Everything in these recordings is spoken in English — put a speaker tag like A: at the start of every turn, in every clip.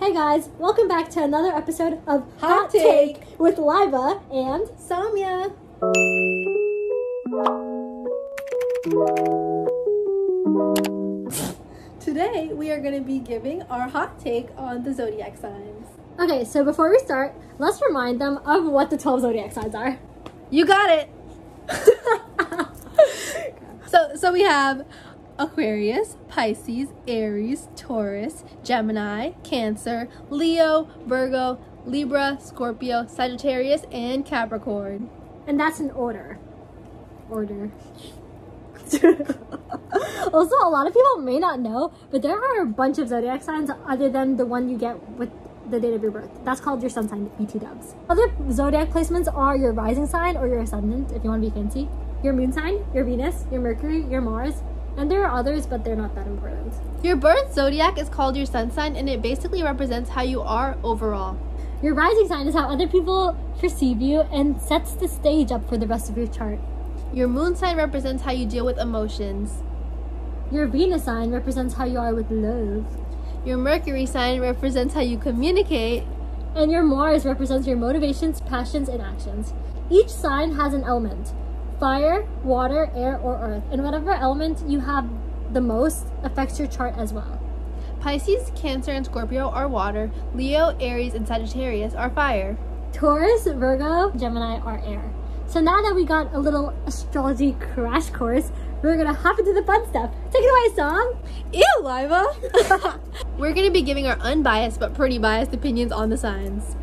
A: Hey guys, welcome back to another episode of
B: Hot Take.
A: with Liva and
B: Samia. Today we are going to be giving our hot take on the zodiac signs.
A: Okay, so before we start, let's remind them of what the 12 zodiac signs are.
B: You got it. so so we have Aquarius, Pisces, Aries, Taurus, Gemini, Cancer, Leo, Virgo, Libra, Scorpio, Sagittarius, and Capricorn.
A: And that's an order.
B: Order.
A: also, a lot of people may not know, but there are a bunch of zodiac signs other than the one you get with the date of your birth. That's called your sun sign, BT dubs. Other zodiac placements are your rising sign or your ascendant, if you want to be fancy, your moon sign, your Venus, your Mercury, your Mars, and there are others, but they're not that important.
B: Your birth zodiac is called your sun sign, and it basically represents how you are overall.
A: Your rising sign is how other people perceive you and sets the stage up for the rest of your chart.
B: Your moon sign represents how you deal with emotions.
A: Your Venus sign represents how you are with love,
B: Your Mercury sign represents how you communicate.
A: and your Mars represents your motivations, passions, and actions. Each sign has an element fire, water, air, or earth, and whatever element you have the most affects your chart as well.
B: Pisces, Cancer, and Scorpio are water. Leo, Aries, and Sagittarius are fire.
A: Taurus, Virgo, Gemini are air. So now that we got a little astrology crash course, we're gonna hop into the fun stuff. Take it away, Song!
B: Ew, Liva! We're gonna be giving our unbiased but pretty biased opinions on the signs.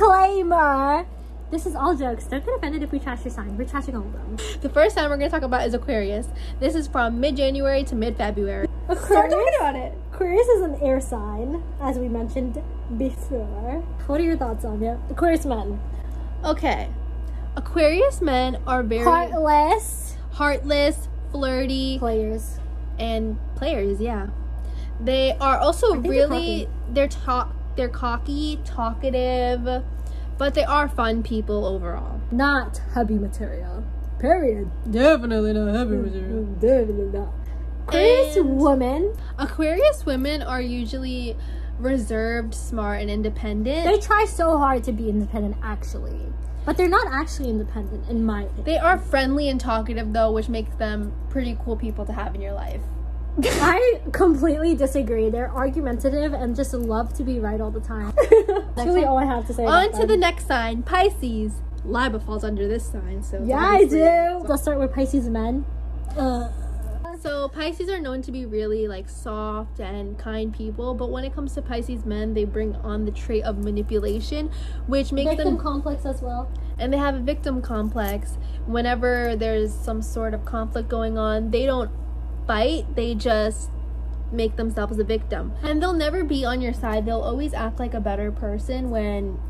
A: Disclaimer! This is all jokes. Don't get offended if we trash your sign. We're trashing all of them.
B: The first sign we're gonna talk about is Aquarius. This is from mid January to mid February. about it.
A: Aquarius is an air sign, as we mentioned before. What are your thoughts on it? Aquarius men.
B: Okay. Aquarius men are very
A: Heartless
B: heartless, flirty,
A: players.
B: and players. Yeah, they are also
A: think they're
B: really they're talk they're cocky, talkative, but they are fun people overall.
A: Not hubby material. Period.
B: Definitely not heavy
A: Definitely not. Aquarius
B: And-
A: women.
B: Aquarius women are usually reserved, smart, and
A: They
B: independent.
A: try so hard to be independent, actually. But they're not actually independent, in my opinion.
B: They are friendly and talkative though, which makes them pretty cool people to have in your life.
A: I completely disagree. They're argumentative and just love to be right all the time. That's really
B: one.
A: all I have to say.
B: On
A: about
B: to the
A: them.
B: next sign, Pisces. Liba falls under this sign, so it's
A: Yeah, I
B: obviously-
A: do. Let's start with Pisces men. Uh,
B: So Pisces are known to be really like soft and kind people, but when it comes to Pisces men, they bring on the trait of manipulation, which makes
A: victim
B: them
A: complex as well.
B: and they have a victim complex. Whenever there's some sort of conflict going on, they don't fight, they just make themselves a victim. And they'll never be on your side. They'll always act like a better person when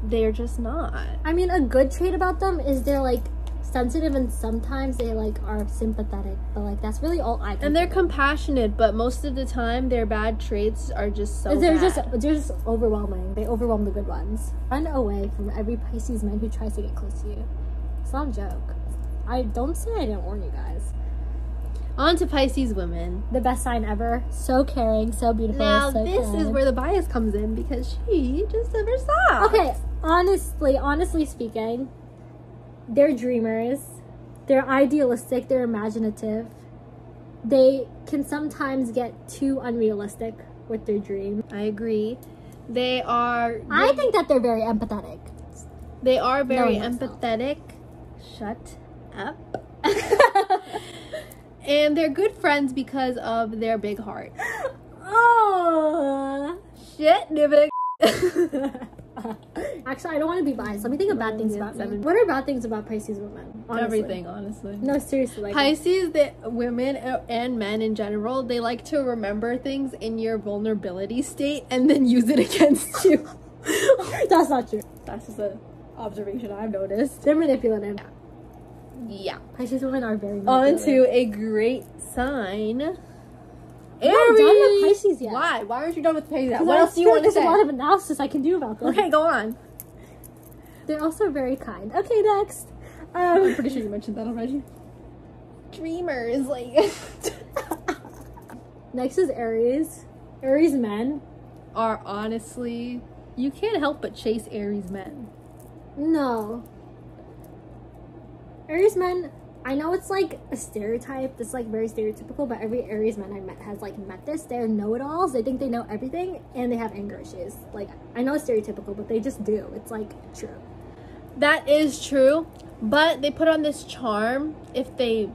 B: they're just not.
A: I mean, a good trait about them is they're like sensitive and sometimes they like are sympathetic, but like that's really all I can.
B: And they're compassionate, but most of the time their bad traits are just so
A: they're
B: bad.
A: just they're just overwhelming. They overwhelm the good ones. Run away from every Pisces man who tries to get close to you. It's not a joke. I don't say I didn't warn you guys.
B: on to Pisces women.
A: The best sign ever. So caring, so beautiful.
B: Now
A: so
B: this is
A: kind.
B: where the bias comes in because she just never saw.
A: Okay, honestly, honestly speaking, they're dreamers. They're idealistic. They're imaginative. They can sometimes get too unrealistic with their dream.
B: I agree. They are.
A: I think that they're very empathetic.
B: they are very
A: that's not.
B: empathetic. Shut up. and they're good friends because of their big heart.
A: oh.
B: Shit, Nivik.
A: Actually, I don't want to be biased. Let me think of bad things about
B: Seven.
A: men. What are bad things about Pisces women? Honestly.
B: Everything, honestly.
A: No, seriously. Like,
B: Pisces, that women uh, and men in general, they like to remember things in your vulnerability state and then use it against you.
A: that's not true.
B: That's just an observation I've noticed.
A: They're manipulative.
B: Yeah.
A: Pisces women are very
B: On
A: manipulative.
B: to a great sign. Aries.
A: not done with Pisces yet.
B: Why? Why aren't you done with Pisces? yet?
A: 'Cause
B: What
A: I
B: else do you
A: feel
B: want to
A: like
B: say?
A: There's a lot of analysis I can do about them.
B: Okay, go on.
A: They're also very kind. Okay, next.
B: I'm
A: Um,
B: pretty sure you mentioned that already. Dreamers, like
A: next is Aries. Aries men.
B: are honestly, you can't help but chase Aries men.
A: No. Aries men, I know it's like a stereotype that's like very stereotypical, but every Aries man I met has like met this. They're know it alls. They think they know everything and they have anger issues. Like, I know it's stereotypical, but they just do. It's like true.
B: That is true, but they put on this charm if they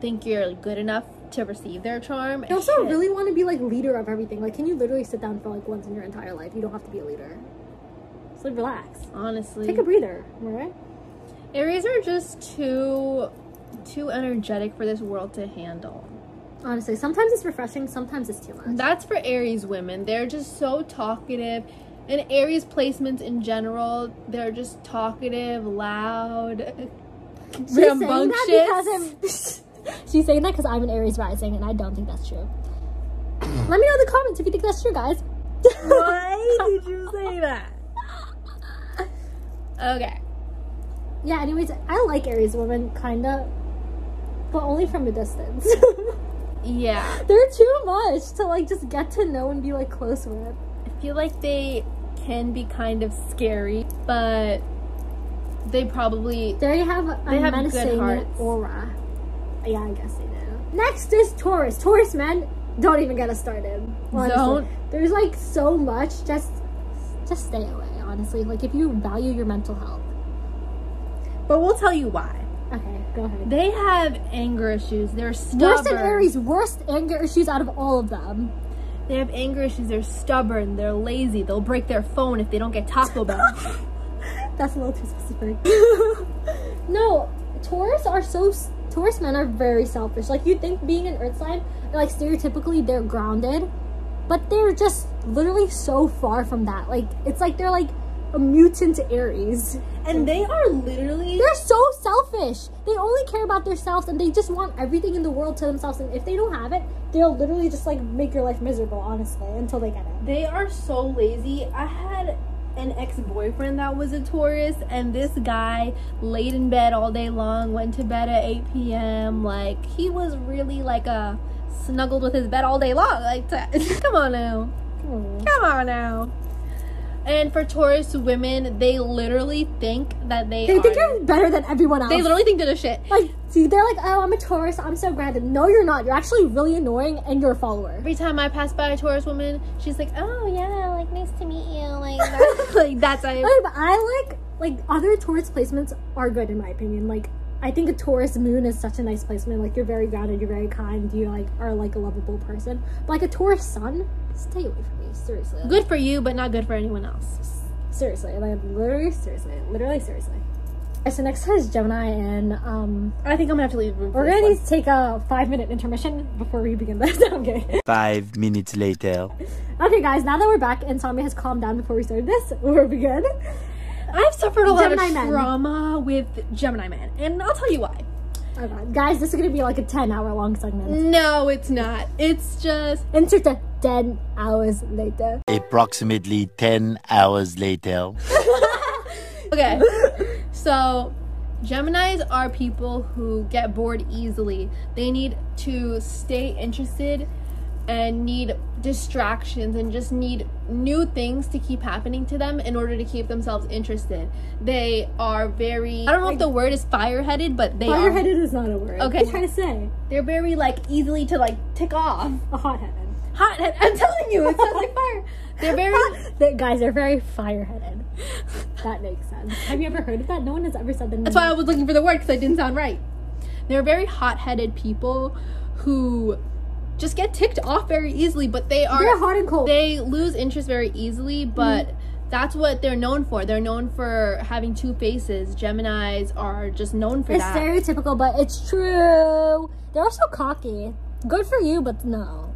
B: think you're good enough to receive their charm.
A: They also
B: Shit.
A: really want to be like leader of everything. Like, can you literally sit down for like once in your entire life? You don't have to be a leader. So relax.
B: honestly
A: Take a breather, alright?
B: Aries are just too too energetic for this world to handle.
A: Honestly, sometimes it's refreshing, sometimes it's too much.
B: That's for Aries women. They're just so talkative. And Aries placements in general, they're just talkative, loud, rambunctious.
A: because I'm. She's saying that because I'm an Aries rising, and I don't think that's true. Let me know in the comments if you think that's true, guys.
B: that? Okay.
A: Yeah. Anyways, I like Aries women, kinda, but only from a distance.
B: Yeah.
A: They're too much to like just get to know and be like close with.
B: I feel like they can be kind of scary, but they probably
A: They already have a
B: They have good
A: menacing
B: hearts.
A: aura. Yeah, I guess they do. Next is Taurus. Taurus men, don't even get us started. honestly.
B: Don't.
A: There's like so much. Just, just stay away. Honestly, like if you value your mental health.
B: But we'll tell you why.
A: Okay, go ahead.
B: They have anger issues. They're stubborn.
A: Worst in Aries, worst anger issues out of all of them.
B: They have anger issues. They're stubborn. They're lazy. They'll break their phone if they don't get Taco Bell.
A: That's a little too specific. no, Taurus are so. s- Taurus men are very selfish. Like you think being an Earth sign, like stereotypically they're grounded, but they're just literally so far from that. Like it's like they're like a mutant Aries.
B: and they are literally
A: They're so selfish. They only care about themselves and they just want everything in the world to themselves. And if they don't have it, they'll literally just like make your life miserable, honestly, until they get it.
B: they are so lazy. I had an ex-boyfriend that was a Taurus, and this guy laid in bed all day long, went to bed at 8 p.m. Like he was really like a snuggled with his bed all day long. Like to- come on now.
A: Hmm.
B: Come on now. And for Taurus women, they literally think that they
A: They
B: are,
A: think you're better than everyone else.
B: they literally think they're the shit.
A: like, see, they're like, oh, I'm a Taurus, I'm so grounded. No, you're not. You're actually really annoying and you're a follower.
B: Every time I pass by a Taurus woman, she's like, "Oh yeah, like nice to meet you." Like, that, like that's I.
A: Like, but I like, like, other Taurus placements are good in my opinion. Like, I think a Taurus moon is such a nice placement. Like, you're very grounded, you're very kind, you like are like a lovable person. But like a Taurus sun, stay away from me, seriously.
B: Good for you, but not good for anyone else.
A: Seriously, like literally, seriously, literally, seriously. Okay, so next time is Gemini, and um,
B: I think I'm gonna have to leave room.
A: we're gonna need to take a five-minute intermission before we begin this. No, I'm kidding.
C: Five minutes later.
A: Okay, guys, now that we're back and Tommy has calmed down before we started this, we're good.
B: I've suffered a lot
A: Gemini
B: of
A: men.
B: trauma with Gemini Man, and I'll tell you why.
A: Oh God. Guys, this is gonna be like a ten-hour-long segment.
B: No, it's not. It's just
A: Insert the ten hours later.
C: Approximately 10 hours later.
B: okay. so, Geminis are people who get bored easily. They need to stay interested and need distractions and just need new things to keep happening to them in order to keep themselves interested. They are very I don't know if the word is fire-headed, but they are
A: Fire-headed is not a word.
B: Okay.
A: What are you trying to say?
B: they're very like easily to like tick off.
A: A hot-headed.
B: Hot head. I'm telling you, it sounds like fire. They're very
A: That guys are very fire-headed. That makes sense. Have you ever heard of that? No one has ever said that.
B: That's why I was looking for the word because I didn't sound right. They're very hot-headed people who just get ticked off very easily, but they are
A: They're hot and cold. Mm-hmm.
B: they lose interest very easily, but that's what they're known for. They're known for having two faces. Geminis are just known for
A: It's
B: that.
A: stereotypical, but it's true. They're also cocky. Good for you, but no.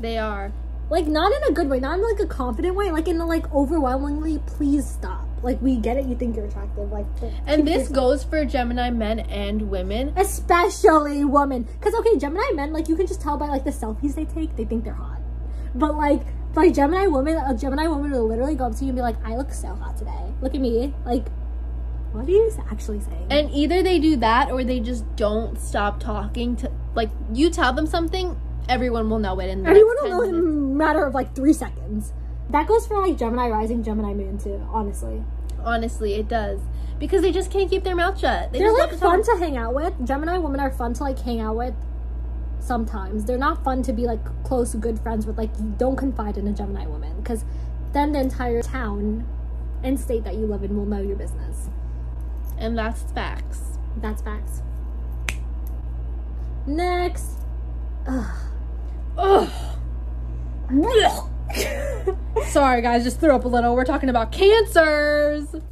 B: they are.
A: Like not in a good way, not in like a confident way, like in the like overwhelmingly please stop. Like we get it, you think you're attractive, like but-
B: And this goes for Gemini men and women.
A: especially women. Cause okay, Gemini men, like you can just tell by like the selfies they take, they think they're hot. But like by Gemini woman, a Gemini woman will literally go up to you and be like, I look so hot today. Look at me. Like what are you actually saying?
B: And either they do that or they just don't stop talking to like you tell them something, everyone will know it in the next
A: Everyone will
B: 10
A: know in
B: minutes.
A: a matter of like three seconds. That goes for like Gemini rising, Gemini moon too, honestly.
B: Honestly, it does. Because they just can't keep their mouth shut. They
A: They're
B: just love
A: like
B: to
A: fun
B: talk.
A: to hang out with. Gemini women are fun to like hang out with sometimes. They're not fun to be like close, good friends with. Like, you don't confide in a Gemini woman because then the entire town and state that you live in will know your business.
B: And that's facts.
A: That's facts. Next.
B: Ugh. Sorry, guys, just threw up a little. We're talking about cancers.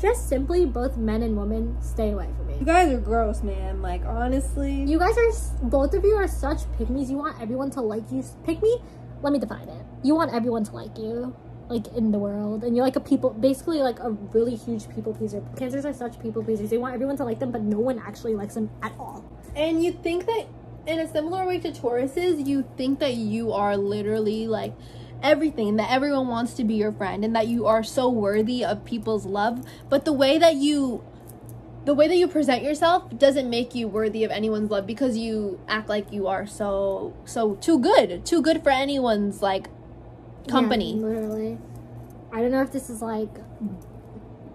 A: Just simply, both men and women stay away from me.
B: guys are gross, man. Like, honestly.
A: You guys are, s- both of you are such pygmies. You want everyone to like you. Pick me? Let me define it. You want everyone to like you, like in the world. And you're like a people, basically like a really huge people pleaser. Cancers are such people pleasers. They want everyone to like them, but no one actually likes them at all.
B: And you think that, in a similar way to Tauruses, you think that you are literally like everything, that everyone wants to be your friend, and that you are so worthy of people's love. But the way that you the way that you present yourself doesn't make you worthy of anyone's love because you act like you are so so too good, too good for anyone's like company.
A: Yeah, literally. I don't know if this is like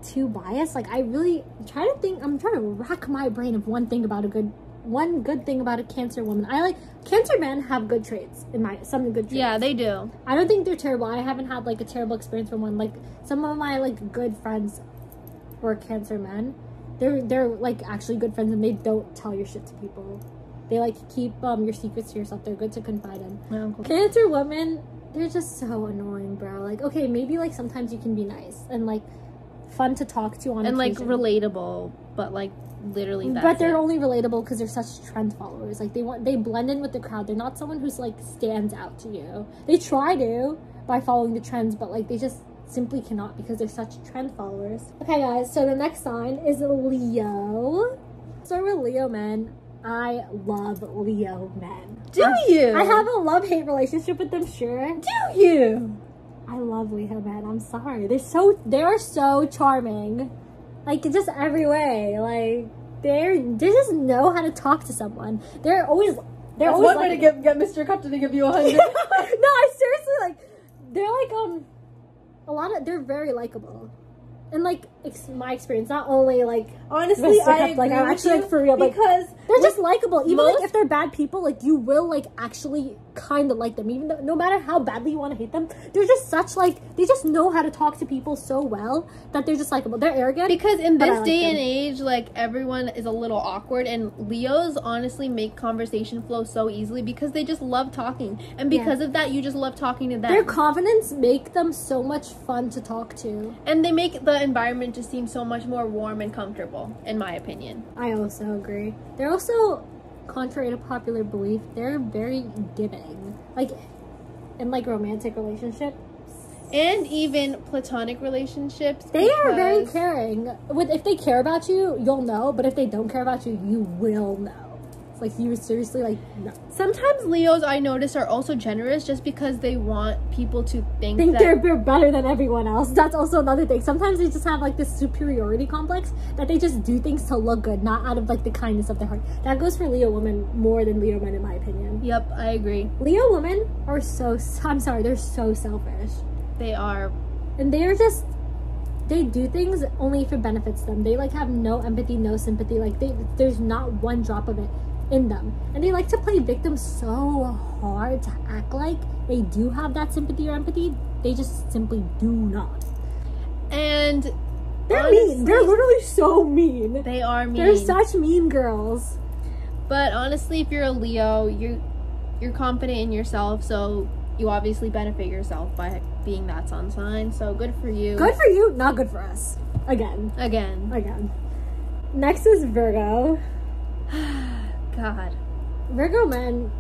A: too biased. Like I really try to think I'm trying to rack my brain of one thing about a good one good thing about a cancer woman. I like cancer men have good traits in my some good traits.
B: Yeah, they do.
A: I don't think they're terrible. I haven't had like a terrible experience from one. Like some of my like good friends were cancer men. They're they're like actually good friends and they don't tell your shit to people. They like keep um your secrets to yourself. They're good to confide in.
B: My uncle.
A: Cancer women, they're just so annoying, bro. Like, okay, maybe like sometimes you can be nice and like fun to talk to on
B: And like
A: occasion.
B: relatable, but like literally that's
A: But they're
B: it.
A: only relatable because they're such trend followers. Like they want they blend in with the crowd. They're not someone who's like stands out to you. They try to by following the trends, but like they just simply cannot because they're such trend followers. Okay, guys. So the next sign is Leo. So we're Leo men. I love Leo men.
B: do you?
A: I have a love hate relationship with them, sure.
B: do you?
A: I love Leo man. I'm sorry. They're so they are so charming. Like just every way. Like they're they just know how to talk to someone. They're always they're
B: That's
A: always
B: one way to
A: like-
B: give, get Mr. Cupton to give you a hundred.
A: no, I seriously like they're like um a lot of they're very likable. And like ex- my experience, not only like
B: Honestly,
A: Mr.
B: I
A: Cup, like,
B: agree
A: I'm
B: with
A: actually,
B: you
A: like, for real, like,
B: because
A: they're just likable. Even like
B: most-
A: if they're bad people, like you will like actually kind of like them, even though no matter how badly you want to hate them, they're just such like they just know how to talk to people so well that they're just likable. They're arrogant.
B: because in
A: But I
B: this
A: like
B: day
A: them.
B: and age, like everyone is a little awkward, and Leos honestly make conversation flow so easily because they just love talking, and
A: Yeah.
B: because of that, you just love talking to them,
A: their confidence make them so much fun to talk to.
B: and they make the environment just seem so much more warm and comfortable, in my opinion.
A: I also agree. They're also, contrary to popular belief, they're very giving. Like, in like romantic relationships,
B: And even platonic relationships,
A: they are very
B: because-
A: caring. With if they care about you, you'll know. But if they don't care about you, you will know. It's like you seriously like no.
B: Sometimes Leos I notice are also generous just because they want people to
A: think
B: think, that
A: they're, they're better than everyone else. That's also another thing. Sometimes they just have like this superiority complex that they just do things to look good, not out of like the kindness of their heart. That goes for Leo women more than Leo men, in my opinion.
B: Yep, I agree.
A: Leo women are so I'm sorry, they're so selfish.
B: They are.
A: And they're just they do things only if it benefits them. They like have no empathy, no sympathy. Like they there's not one drop of it in them. And they like to play victim so hard to act like they do have that sympathy or empathy. They just simply do not.
B: And
A: They're mean.
B: Honestly-
A: They're literally so mean.
B: they are mean.
A: They're such mean girls.
B: but honestly, if you're a Leo, you're you're confident in yourself, so you obviously benefit yourself by being that sun sign. So good for you.
A: Good for you, not good for us. Again.
B: Again.
A: Again. Next is Virgo.
B: God.
A: Virgo men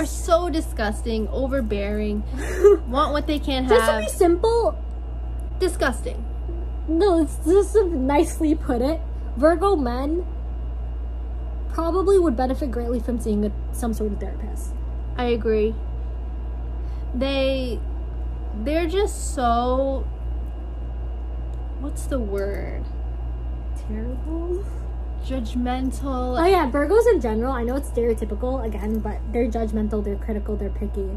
A: just,
B: so disgusting, overbearing, want what they can't
A: just to
B: have.
A: be simple,
B: disgusting.
A: no, it's just to nicely put it. Virgo men probably would benefit greatly from seeing a, some sort of therapist.
B: I agree. They they're just so what's the word?
A: Terrible.
B: Judgmental
A: Oh yeah, Virgos in general. I know it's stereotypical again, but they're judgmental, they're critical, they're picky.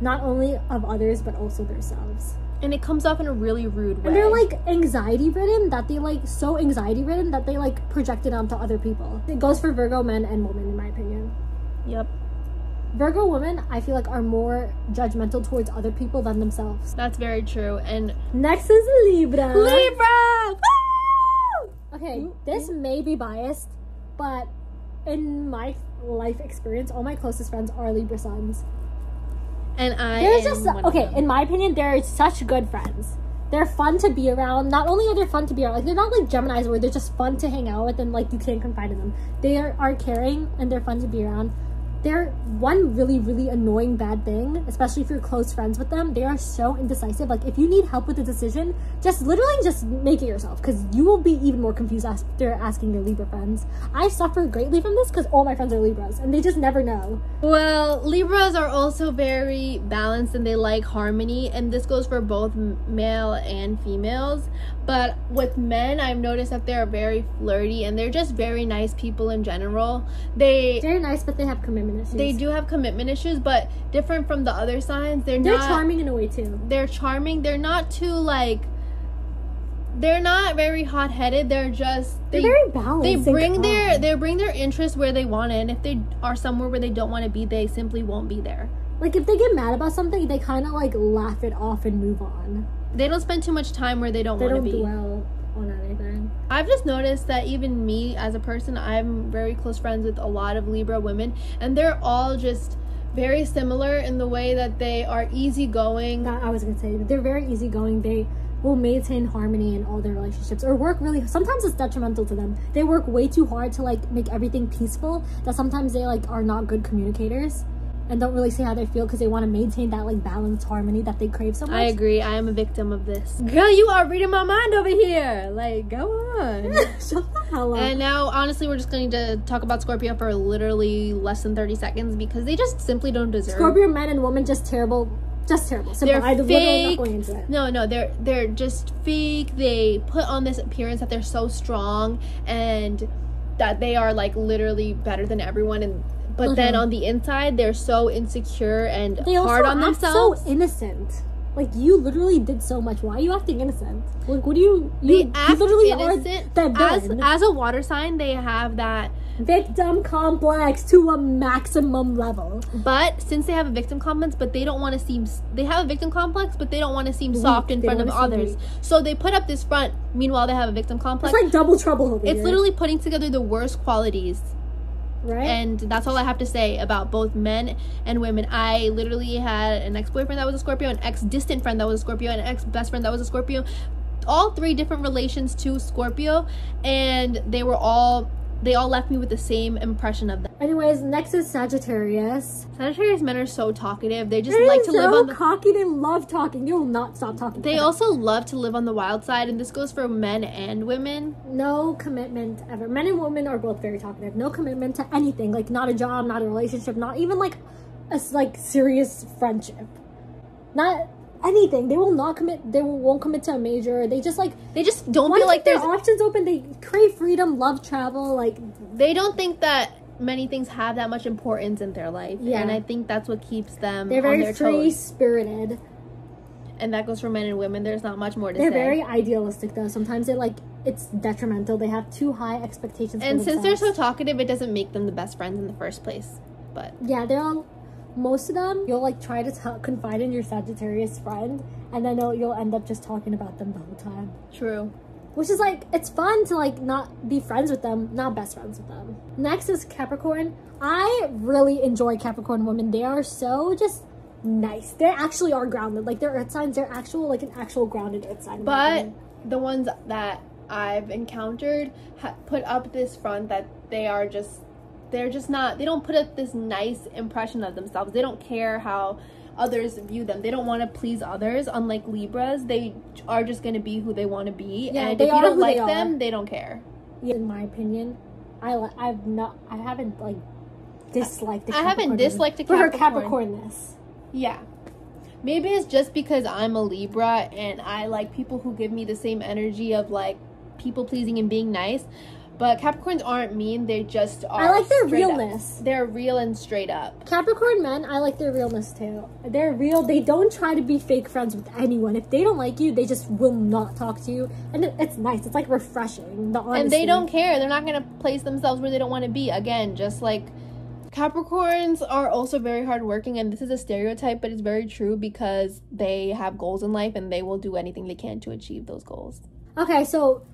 A: not only of others but also themselves.
B: and it comes off in a really rude way.
A: And they're like anxiety ridden that they like so anxiety ridden that they like project it onto other people. It goes for Virgo men and women in my opinion.
B: yep,
A: Virgo women, I feel like, are more judgmental towards other people than themselves.
B: that's very true. And
A: Next is Libra.
B: Libra. Woo!
A: Okay, this may be biased, but in my life experience, all my closest friends are Libra sons.
B: And I
A: They're
B: am
A: just
B: one of
A: okay.
B: them.
A: In my opinion, they're such good friends. They're fun to be around. Not only are they fun to be around, like they're not like Gemini's where they're just fun to hang out with and like you can't confide in them. They are, are caring and they're fun to be around. They're one really really annoying bad thing, especially if you're close friends with them. They are so indecisive. Like if you need help with a decision, just literally just make it yourself because you will be even more confused after asking your Libra friends. I suffer greatly from this because all my friends are Libras and they just never know.
B: Well, Libras are also very balanced and they like harmony, and this goes for both m- male and females. But with men, I've noticed that they're very flirty and they're just very nice people in general. They
A: They're nice, but they have commitment issues.
B: they do have commitment issues, but different from the other signs, they're,
A: They're
B: not
A: charming in a way too.
B: they're charming. They're not too like they're not very hot-headed. They're just
A: They're
B: they-
A: very balanced.
B: they
A: and
B: bring
A: calm.
B: their they bring their interest where they want it and if they are somewhere where they don't want to be they simply won't be there
A: like if they get mad about something, they kind of like laugh it off and move on.
B: they don't spend too much time where they don't
A: They
B: want to
A: don't
B: be
A: dwell on anything.
B: i've just noticed that even me as a person i'm very close friends with a lot of libra women and they're all just very similar in the way that they are easygoing
A: That I was gonna say they're very easygoing. They will maintain harmony in all their relationships or work really. Sometimes it's detrimental to them. They work way too hard to like make everything peaceful. That sometimes they like are not good communicators. And don't really say how they feel because they want to maintain that like balanced harmony that they crave so much.
B: i agree i am a victim of this girl you are reading my mind over here like go on
A: Shut the hell up.
B: And now, honestly, we're just going to talk about Scorpio for literally less than 30 seconds because they just simply don't deserve
A: Scorpio men and women just terrible, just terrible. Simple.
B: They're
A: I literally
B: fake.
A: not going into it.
B: No, no, they're they're just fake. They put on this appearance that they're so strong and that they are like literally better than everyone and but then on the inside they're so insecure and
A: Mm-hmm. they also
B: hard on
A: act
B: themselves.
A: so innocent. Like you literally did so much. Why are you acting innocent? Like what do you?
B: they
A: You,
B: act
A: you literally
B: innocent.
A: are the
B: as,
A: villain.
B: as a water sign, they have that.
A: victim complex to a maximum level.
B: But since they have a victim complex, but they don't want to seem they have a victim complex, but they don't want to seem soft in
A: They
B: front of
A: don't wanna seem
B: others. So they put up this front. Meanwhile, they have a victim complex.
A: It's like double trouble over
B: it's
A: here,
B: literally putting together the worst qualities
A: right.
B: and that's all I have to say about both men and women. I literally had an ex-boyfriend that was a Scorpio, an ex-distant friend that was a Scorpio, an ex-best friend that was a Scorpio. All three different relations to Scorpio, and they were all they all left me with the same impression of them.
A: Anyways, next is Sagittarius.
B: Sagittarius men are so talkative. They just
A: They
B: like to live
A: so
B: on the
A: cocky. They love talking. They will not stop talking.
B: they
A: ever.
B: also love to live on the wild side, and this goes for men and women.
A: no commitment ever. Men and women are both very talkative. No commitment to anything. Like not a job, not a relationship, not even like a s- like serious friendship. Not anything. They will not commit. They will, won't commit to a major. They just like
B: They just don't
A: once
B: feel like
A: their
B: there's
A: options open. They crave freedom, love travel. Like
B: they don't think that many things have that much importance in their life.
A: Yeah.
B: And I think that's what keeps them
A: they're
B: on
A: very
B: their
A: free
B: toes.
A: spirited.
B: And that goes for men and women. There's not much more to
A: They're
B: say.
A: very idealistic though. Sometimes they like it's detrimental. They have too high expectations.
B: and
A: for
B: since they're so
A: themselves.
B: talkative, it doesn't make them the best friends in the first place. But
A: Yeah, they're all. Most of them, you'll like try to tell confide in your Sagittarius friend, and then you'll, you'll end up just talking about them the whole time.
B: true.
A: Which is like, it's fun to like not be friends with them, not best friends with them. Next is Capricorn. I really enjoy Capricorn women. They are so just nice. They actually are grounded. Like their earth signs, they're actual like an actual grounded earth sign. in my
B: But
A: opinion.
B: the ones that I've encountered ha- put up this front that they are just they're just not they don't put up this nice impression of themselves. They don't care how others view them. They don't want to please others. Unlike Libras, they are just going to be who they want to be.
A: Yeah,
B: and
A: they
B: if you
A: are
B: don't
A: who they
B: like them,
A: are.
B: they don't care.
A: Yeah, in my opinion, I li- I've not I haven't like disliked. the
B: I haven't
A: Capricorn woman
B: disliked a
A: for her
B: Capricorn.
A: Capricornness.
B: Yeah. Maybe it's just because I'm a Libra and I like people who give me the same energy of like people pleasing and being nice. But Capricorns aren't mean, they just are.
A: like their
B: straight up.
A: realness.
B: They're real and straight up.
A: Capricorn men, I like their realness too. They're real. They don't try to be fake friends with anyone. If they don't like you, they just will not talk to you. And it- it's nice. It's like refreshing. The honesty.
B: And they don't care. They're not going to place themselves where they don't want to be. Again, just like Capricorns are also very hardworking, and this is a stereotype, but it's very true because they have goals in life and they will do anything they can to achieve those goals.
A: Okay, so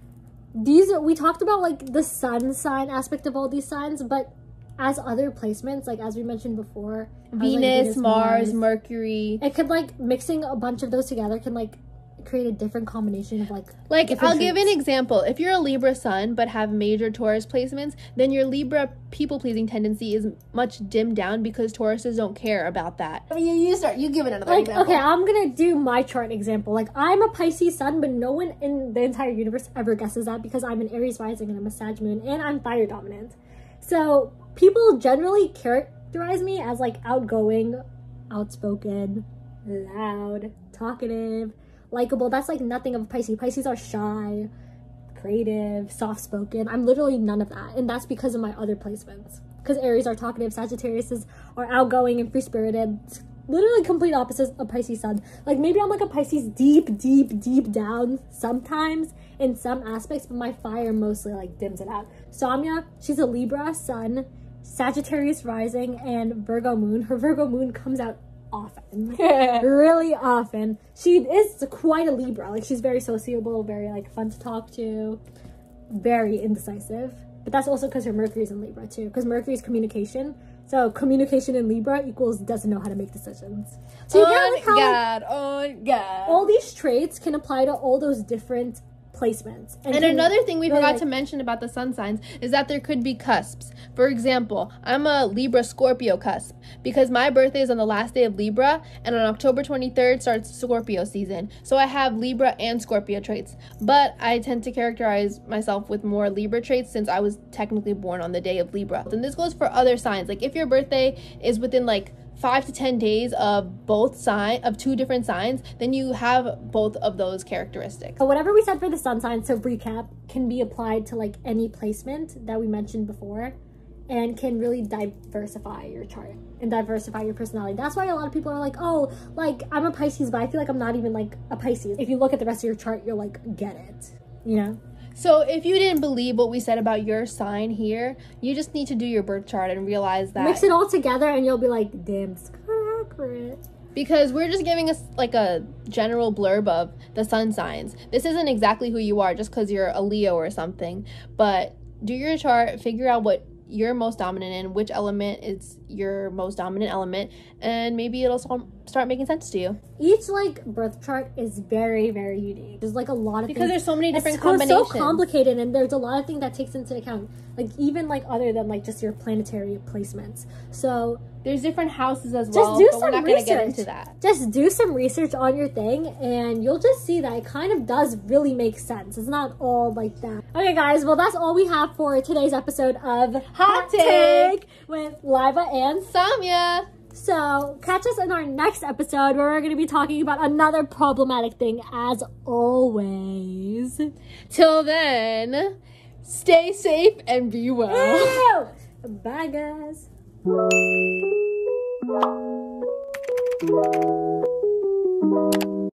A: these are, we talked about like the sun sign aspect of all these signs, but as other placements, like as we mentioned before, I was like,
B: Venus, Mars, Mercury.
A: it could like mixing a bunch of those together can like create a different combination of like
B: Like,
A: different
B: I'll give an
A: traits.
B: example. If you're a Libra sun but have major Taurus placements, then your Libra people pleasing tendency is much dimmed down because Tauruses don't care about that. You, you start, you give it another
A: like
B: example.
A: okay i'm gonna do my chart example like i'm a pisces sun but no one in the entire universe ever guesses that because i'm an aries rising and i'm a sag moon and i'm fire dominant so people generally characterize me as like outgoing outspoken loud talkative likable that's like nothing of a pisces pisces are shy creative soft-spoken i'm literally none of that and that's because of my other placements because aries are talkative sagittarius is, are outgoing and free-spirited It's literally complete opposites of pisces sun like maybe i'm like a pisces deep deep deep down sometimes in some aspects but my fire mostly like dims it out samya she's a libra sun sagittarius rising and virgo moon her virgo moon comes out often really often she is quite a libra like she's very sociable very like fun to talk to very indecisive but that's also because her mercury's in libra too because mercury's communication so communication in libra equals doesn't know how to make decisions so you get like how
B: God, oh God.
A: all these traits can apply to all those different placements
B: And
A: can-
B: another thing we
A: Go
B: forgot
A: ahead.
B: to mention about the sun signs is that there could be cusps. For example, I'm a Libra Scorpio cusp because my birthday is on the last day of Libra, and on October 23rd starts Scorpio season. So I have Libra and Scorpio traits, but I tend to characterize myself with more Libra traits since I was technically born on the day of Libra. And this goes for other signs. Like if your birthday is within like five to ten days of both sign of two different signs, then you have both of those characteristics.
A: But whatever we said for the sun sign, so recap, can be applied to like any placement that we mentioned before and can really diversify your chart and diversify your personality. That's why a lot of people are like, oh, like I'm a Pisces, but I feel like I'm not even like a Pisces. If you look at the rest of your chart, you're like, get it. You know?
B: So, if you didn't believe what we said about your sign here, you just need to do your birth chart and realize that
A: Mix it all together and you'll be like, damn, it's accurate.
B: because we're just giving us like a general blurb of the sun signs. This isn't exactly who you are just because you're a Leo or something, but do your chart, figure out what you're most dominant in, which element is your most dominant element, and maybe it'll so- start making sense to you
A: Each like birth chart is very, very unique. There's like a lot of
B: because
A: things.
B: there's so many different
A: so-
B: combinations.
A: so complicated and there's a lot of things that takes into account like even like other than like just your planetary placements so
B: there's different houses as
A: Just
B: well,
A: do
B: but we're
A: some
B: not going to get
A: research.
B: into that.
A: just do some research on your thing and you'll just see that it kind of does really make sense it's not all like that okay guys well that's all we have for today's episode of hot
B: Take.
A: with liva and
B: Samya.
A: so catch us in our next episode where we're going to be talking about another problematic thing as always
B: Till then, stay safe and be well.
A: Ew! bye guys